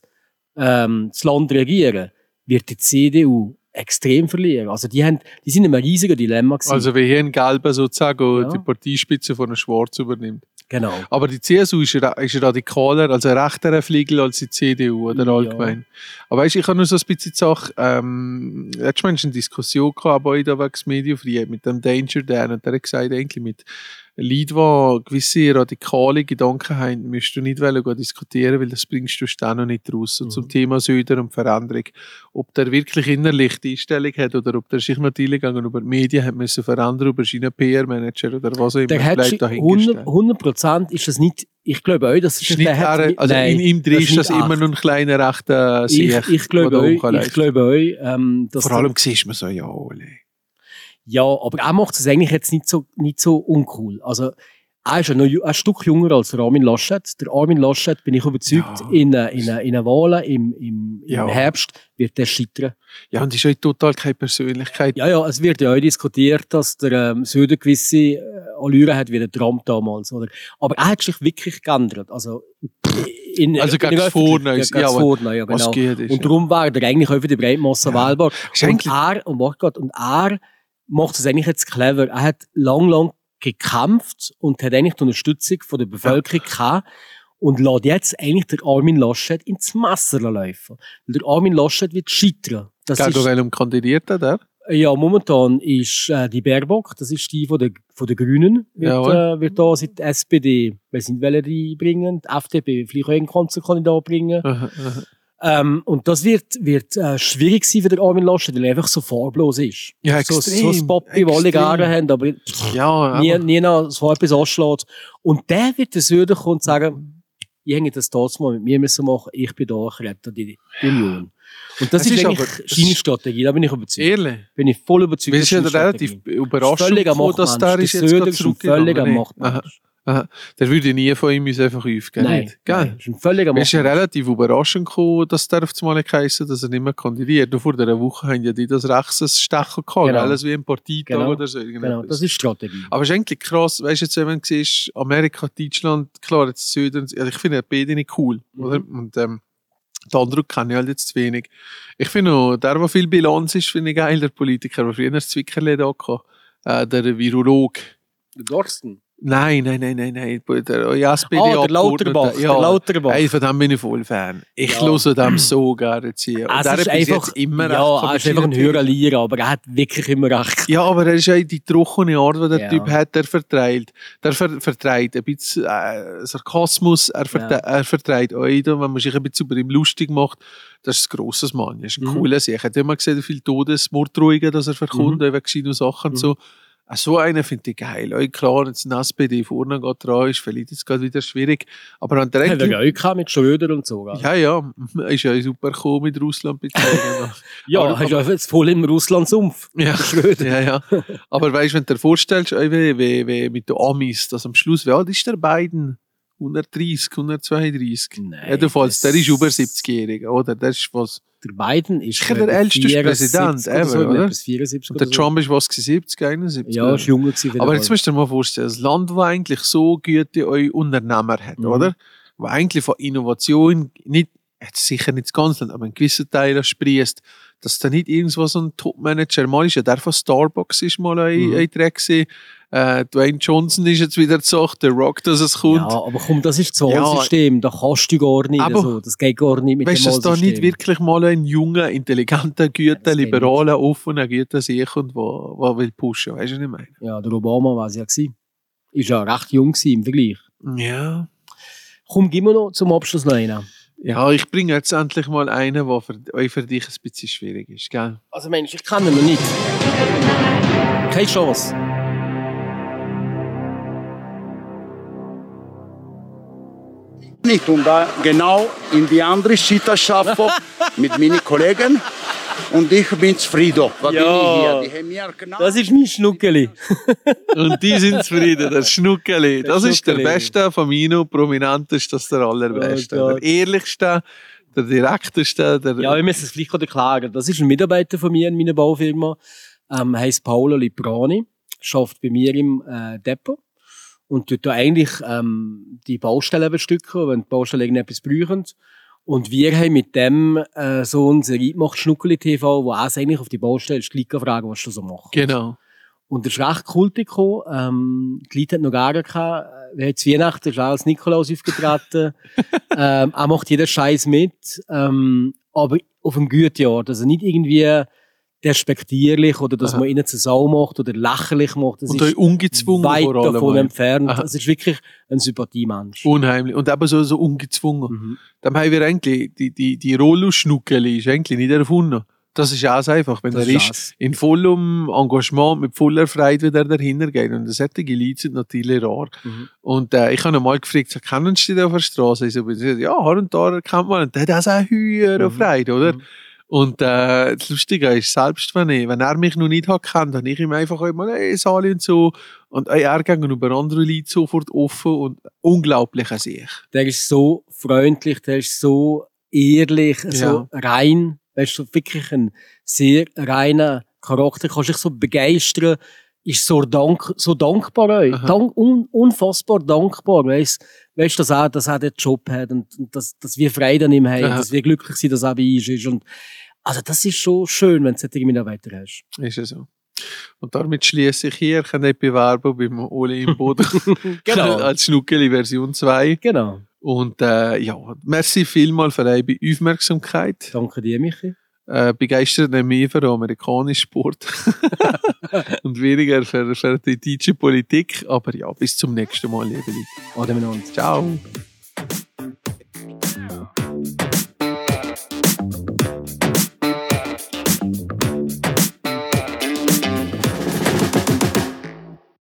[SPEAKER 4] ähm, das Land regieren, wird die CDU extrem verlieren. Also die haben, die sind in einem riesigen Dilemma gewesen.
[SPEAKER 5] Also wie hier ein Gelber sozusagen
[SPEAKER 4] Ja.
[SPEAKER 5] die Parteispitze von einem Schwarz übernimmt.
[SPEAKER 4] genau.
[SPEAKER 5] Aber die CSU ist, ra ist radikaler, also rechterer Flügel als die CDU oder
[SPEAKER 4] Ja.
[SPEAKER 5] allgemein. Aber weißt, ich habe nur so ein bisschen die Sache, ähm, letztes Mal eine Diskussion gehabt, bei euch da wegen Medienfreiheit mit dem Danger Dan und der hat gesagt, eigentlich mit Leuten, die gewisse radikale Gedanken haben, müsst du nicht wollen gehen diskutieren, weil das bringst du dann noch nicht raus.
[SPEAKER 4] Mhm.
[SPEAKER 5] Und zum Thema Söder und Veränderung, ob der wirklich innerlich die Einstellung hat oder ob der sich natürlich gegenüber den Medien hat müssen verändern, über seinen PR-Manager oder was auch immer,
[SPEAKER 4] Der hat
[SPEAKER 5] bleibt
[SPEAKER 4] schon
[SPEAKER 5] dahingestellt.
[SPEAKER 4] 100 100% ist das nicht, ich glaube auch, das
[SPEAKER 5] Das
[SPEAKER 4] ist
[SPEAKER 5] ist nicht
[SPEAKER 4] der hat-
[SPEAKER 5] er, also in ihm drin ist
[SPEAKER 4] nicht
[SPEAKER 5] das immer
[SPEAKER 4] echt.
[SPEAKER 5] noch ein kleiner rechter
[SPEAKER 4] ich,
[SPEAKER 5] Sieg.
[SPEAKER 4] ich glaube
[SPEAKER 5] der
[SPEAKER 4] euch,
[SPEAKER 5] hochläuft.
[SPEAKER 4] ich glaube euch, ähm, dass
[SPEAKER 5] Vor allem siehst man so, ja, Ole.
[SPEAKER 4] ja, aber er macht es eigentlich jetzt nicht so, nicht so uncool. Also, er ist ja noch ju- ein Stück jünger als der Armin Laschet. Der Armin Laschet, bin ich überzeugt,
[SPEAKER 5] Ja.
[SPEAKER 4] in, äh, in, äh, in den Wahlen im, im,
[SPEAKER 5] Ja.
[SPEAKER 4] im Herbst wird der scheitern.
[SPEAKER 5] Ja, und ist halt total keine Persönlichkeit.
[SPEAKER 4] Ja, ja, es wird ja auch diskutiert, dass der ähm, Söder gewisse äh, Allüren hat wie der Trump damals. Oder? Aber er hat sich wirklich geändert. Also, in,
[SPEAKER 5] Also
[SPEAKER 4] in-
[SPEAKER 5] gegen das Vorneues.
[SPEAKER 4] Ja,
[SPEAKER 5] Ja,
[SPEAKER 4] gegen das
[SPEAKER 5] aber
[SPEAKER 4] Vorneues, ja, genau.
[SPEAKER 5] Was geht ist.
[SPEAKER 4] Und darum war er eigentlich auch für die Breitmasse
[SPEAKER 5] Ja.
[SPEAKER 4] wählbar.
[SPEAKER 5] Ist
[SPEAKER 4] Und
[SPEAKER 5] eigentlich-
[SPEAKER 4] er, und warte Gott, und er macht es eigentlich jetzt clever. Er hat lang, lang gekämpft und hat eigentlich die Unterstützung von der Bevölkerung gehabt und lässt jetzt eigentlich der Armin Laschet ins Messer laufen. Weil der Armin Laschet wird scheitern. Das
[SPEAKER 5] Gegen
[SPEAKER 4] ist,
[SPEAKER 5] welchem kandidiert er? der?
[SPEAKER 4] ja, momentan ist äh, die Baerbock, das ist die von der, von der Grünen, wird,
[SPEAKER 5] Jawohl.
[SPEAKER 4] äh, wird da seit SPD, wir sind welche die bringen, die FDP, vielleicht auch einen Kanzlerkandidat bringen.
[SPEAKER 5] Aha, aha.
[SPEAKER 4] Ähm, und das wird, wird äh, schwierig sein für den Armin Laschet, weil er einfach so farblos ist.
[SPEAKER 5] Ja,
[SPEAKER 4] so,
[SPEAKER 5] extrem,
[SPEAKER 4] so ein Papi, das alle
[SPEAKER 5] extrem.
[SPEAKER 4] gerne haben, aber
[SPEAKER 5] Ja,
[SPEAKER 4] nie,
[SPEAKER 5] aber-
[SPEAKER 4] nie noch so etwas anschlägt. Und der wird das würden kommen und sagen, ihr hättet das damals mal mit mir müssen machen, ich bin da, ich rette die die Union. Und das
[SPEAKER 5] Es
[SPEAKER 4] ist,
[SPEAKER 5] ist
[SPEAKER 4] eigentlich
[SPEAKER 5] aber-
[SPEAKER 4] seine Strategie, da bin ich überzeugt.
[SPEAKER 5] Ehrlich.
[SPEAKER 4] Bin ich voll überzeugt.
[SPEAKER 5] Wir sind
[SPEAKER 4] das ist
[SPEAKER 5] ja
[SPEAKER 4] seine
[SPEAKER 5] relativ
[SPEAKER 4] Strategie.
[SPEAKER 5] überrascht,
[SPEAKER 4] Völliger
[SPEAKER 5] davon, dass der
[SPEAKER 4] Machtmensch.
[SPEAKER 5] ist
[SPEAKER 4] Der
[SPEAKER 5] jetzt
[SPEAKER 4] Söder
[SPEAKER 5] gerade
[SPEAKER 4] ist ein
[SPEAKER 5] zurückgegangen.
[SPEAKER 4] völliger
[SPEAKER 5] Nee.
[SPEAKER 4] Machtmensch.
[SPEAKER 5] Aha. Aha. Der würde nie von ihm uns einfach aufgeben.
[SPEAKER 4] Nein,
[SPEAKER 5] nicht? Gell?
[SPEAKER 4] nein, das ist ein völliger
[SPEAKER 5] Es ist ja
[SPEAKER 4] Machtmensch.
[SPEAKER 5] relativ überraschend gekommen, dass der auf einmal geheißen dass er nicht mehr kandidiert. Nur vor einer Woche haben ja die das Rechtsstechen gehabt.
[SPEAKER 4] Genau.
[SPEAKER 5] Alles wie ein Parteitag
[SPEAKER 4] Genau.
[SPEAKER 5] oder so. irgendetwas.
[SPEAKER 4] Genau, das ist Strategie.
[SPEAKER 5] Aber es ist eigentlich krass, weißt du, jetzt, wenn man siehst, Amerika, Deutschland, klar, jetzt Süden, also ich finde beide nicht cool.
[SPEAKER 4] Mhm.
[SPEAKER 5] Oder? Und ähm, den anderen kenne ich halt jetzt zu wenig. Ich finde auch, der, der viel Bilanz ist, finde ich geil, der Politiker, der früher das Zwickerle da hatte, äh, der Virolog.
[SPEAKER 4] Der Dorsten.
[SPEAKER 5] Nein, nein, nein, nein, nein, der SPD
[SPEAKER 4] Ah, der Lauterbach.
[SPEAKER 5] Ja,
[SPEAKER 4] Der Lauterbach.
[SPEAKER 5] Ey, von dem bin ich voll Fan. Ich
[SPEAKER 4] Ja. Ah,
[SPEAKER 5] höre dem so gerne zu. Und
[SPEAKER 4] Es
[SPEAKER 5] der
[SPEAKER 4] ist
[SPEAKER 5] bis
[SPEAKER 4] einfach,
[SPEAKER 5] jetzt immer recht
[SPEAKER 4] ja,
[SPEAKER 5] von
[SPEAKER 4] er ist einfach ein
[SPEAKER 5] verschiedenen
[SPEAKER 4] höherer Lehrer, aber er hat wirklich immer recht.
[SPEAKER 5] Ja, aber er ist ja die trockene Art, die der
[SPEAKER 4] Ja.
[SPEAKER 5] Typ hat, der vertreibt. Der ver vertreibt ein bisschen äh, Sarkasmus, er, verte
[SPEAKER 4] Ja.
[SPEAKER 5] er vertreibt euch, wenn man sich ein bisschen über ihn lustig macht. Das ist ein grosses Mann, das ist ein
[SPEAKER 4] Mhm.
[SPEAKER 5] cooler Sieg. Ich habe immer gesehen, wie viele Todesmordruhige dass er verkommt, mhm. wegen gescheiten Sachen und so. Auch so einen finde ich geil. Euch klar, jetzt ein SPD vorne geht dran, ist vielleicht jetzt gerade wieder schwierig. Aber an der
[SPEAKER 4] Hat er
[SPEAKER 5] Ecke-
[SPEAKER 4] ja auch gehabt mit Schröder und so. gell?
[SPEAKER 5] ja, ja, ist ja super gekommen mit Russland bezogen.
[SPEAKER 4] Ja,
[SPEAKER 5] Aber-
[SPEAKER 4] er ist ja jetzt voll im Russland-Sumpf.
[SPEAKER 5] Ja, ja, ja. Aber weißt du, wenn du dir vorstellst, ey, wie, wie, wie mit den Amis, dass am Schluss, wie alt ist der Biden? 130, 132?
[SPEAKER 4] Nein,
[SPEAKER 5] Jedenfalls, der
[SPEAKER 4] das-
[SPEAKER 5] ist über 70-jährig, oder? Der ist was.
[SPEAKER 4] Der Biden ist,
[SPEAKER 5] Sicher der
[SPEAKER 4] glaube ich,
[SPEAKER 5] älteste
[SPEAKER 4] 74
[SPEAKER 5] Präsident
[SPEAKER 4] oder so,
[SPEAKER 5] ever, oder?
[SPEAKER 4] etwas 74
[SPEAKER 5] Und der
[SPEAKER 4] oder so.
[SPEAKER 5] Trump ist was, gewesen, 70, 71?
[SPEAKER 4] Ja, ist junger gewesen. für den
[SPEAKER 5] Aber jetzt
[SPEAKER 4] Fall.
[SPEAKER 5] musst du dir mal vorstellen, ein Land, das eigentlich so gute eu- Unternehmer hat,
[SPEAKER 4] Mhm.
[SPEAKER 5] oder? Wo eigentlich von Innovation nicht, jetzt sicher nicht das ganze Land, aber einen gewissen Teil sprießt, dass da nicht irgendwo so ein Top-Manager mal ist. Ja, der von Starbucks ist mal ein,
[SPEAKER 4] Mhm.
[SPEAKER 5] ein Dreck gewesen. Äh, Dwayne Johnson ist jetzt wieder gesagt, der Rock, dass es kommt.
[SPEAKER 4] Ja, aber komm, das ist das
[SPEAKER 5] Ja.
[SPEAKER 4] Wahlsystem, da kannst du gar nicht
[SPEAKER 5] Aber-
[SPEAKER 4] so, das geht gar nicht mit
[SPEAKER 5] weißt du,
[SPEAKER 4] dem
[SPEAKER 5] dass da nicht
[SPEAKER 4] Wahlsystem.
[SPEAKER 5] wirklich mal ein junger, intelligenter, guter,
[SPEAKER 4] das geht
[SPEAKER 5] liberaler, offener, guter sich und wo, wo will pushen, weißt du, was ich meine?
[SPEAKER 4] Ja, der Obama war es ja. Gewesen. Ist ja recht jung gewesen im Vergleich.
[SPEAKER 5] Ja.
[SPEAKER 4] Komm, gib mir noch zum Abschluss noch einen.
[SPEAKER 5] Ja, ich bringe jetzt endlich mal einen, der für, euch für dich ein bisschen schwierig ist, gell?
[SPEAKER 4] Also Mensch, ich kenne ihn noch nicht. Keine Chance.
[SPEAKER 10] nicht und da genau in die andere Schitta schaffe mit meinen Kollegen und ich bin zufrieden. Was
[SPEAKER 4] Ja.
[SPEAKER 10] bin ich hier? Die haben mir genau
[SPEAKER 4] Das ist mein Schnuckeli.
[SPEAKER 5] Und die sind zufrieden, der Schnuckeli.
[SPEAKER 4] Der
[SPEAKER 5] Das ist der
[SPEAKER 4] Schnuckeli.
[SPEAKER 5] Beste von Mino, prominenteste, das ist der Allerbeste.
[SPEAKER 4] Oh Gott.
[SPEAKER 5] der Ehrlichste, der Direkteste, der...
[SPEAKER 4] Ja, wir müssen es vielleicht erklären. Das ist ein Mitarbeiter von mir in meiner Baufirma. Ähm, heißt Paolo Librani, schafft bei mir im äh, Depot und tut da eigentlich ähm, die Baustellen bestücken, wenn die Baustellen irgendetwas brauchen. Und wir haben mit dem äh, so eine Serie gemacht, Schnuckeli TV, wo er eigentlich auf die Baustelle ist, gleich fragen, was du so machst.
[SPEAKER 5] Genau.
[SPEAKER 4] Und das ist recht kultig gekommen. Ähm, die Leute hatten noch gar gehabt. Wir haben zu Weihnachten ist auch als Nikolaus aufgetreten. ähm, er macht jeden Scheiß mit. Ähm, aber auf einem guten Ort. Also nicht irgendwie despektierlich oder dass
[SPEAKER 5] Aha.
[SPEAKER 4] man ihnen zur Sau macht oder lächerlich macht. Das
[SPEAKER 5] und euch
[SPEAKER 4] ist
[SPEAKER 5] ungezwungen
[SPEAKER 4] weit
[SPEAKER 5] vor allem.
[SPEAKER 4] davon entfernt.
[SPEAKER 5] Aha.
[SPEAKER 4] Es ist wirklich ein Sympathiemensch.
[SPEAKER 5] Unheimlich. Und eben so, so ungezwungen.
[SPEAKER 4] Mhm.
[SPEAKER 5] Dann haben wir eigentlich, die, die, die Rollo-Schnuckeli ist eigentlich nicht erfunden. Das ist auch einfach, wenn
[SPEAKER 4] Das
[SPEAKER 5] er ist,
[SPEAKER 4] ist es.
[SPEAKER 5] in vollem Engagement, mit voller Freude wieder dahinter geht. Und solche Leute sind natürlich rar.
[SPEAKER 4] Mhm.
[SPEAKER 5] Und äh, ich habe ihn mal gefragt, so, kennen Sie den auf der Straße? Ich so, ich so, ja, hier und da kennt man. ihn. Der hat auch so eine höhere
[SPEAKER 4] Mhm.
[SPEAKER 5] Freude, oder?
[SPEAKER 4] Mhm.
[SPEAKER 5] Und äh, das Lustige ist, selbst wenn, ich, wenn er mich noch nicht hat kennt, habe ich ihm einfach immer, hey, Sali und so. Und äh, er ging über andere Leute sofort offen und unglaublich an sich.
[SPEAKER 4] Der ist so freundlich, der ist so ehrlich, so rein. Weißt du, wirklich ein sehr reiner Charakter. Kannst dich so begeistern. Ist so, dank, so dankbar euch.
[SPEAKER 5] Aha.
[SPEAKER 4] Dank, un, unfassbar dankbar. Weißt du, dass er, dass er den Job hat und, und dass, dass wir Freude an ihm haben,
[SPEAKER 5] Aha.
[SPEAKER 4] dass wir glücklich sind, dass er bei uns ist. Und, also, das ist schon schön, wenn du solche Mitarbeiter hast.
[SPEAKER 5] Ist ja so. Und damit schließe ich hier, ich kann nicht bewerben beim Ole im Boden
[SPEAKER 4] Genau.
[SPEAKER 5] als Schnuckeli Version 2.
[SPEAKER 4] genau.
[SPEAKER 5] Und äh, ja, merci vielmal für eure Aufmerksamkeit.
[SPEAKER 4] Danke dir, Michi.
[SPEAKER 5] Äh, begeistert nicht mehr für den amerikanischen Sport und weniger für, für die deutsche Politik. Aber ja, bis zum nächsten Mal, liebe Leute.
[SPEAKER 4] Adem und
[SPEAKER 5] Ciao.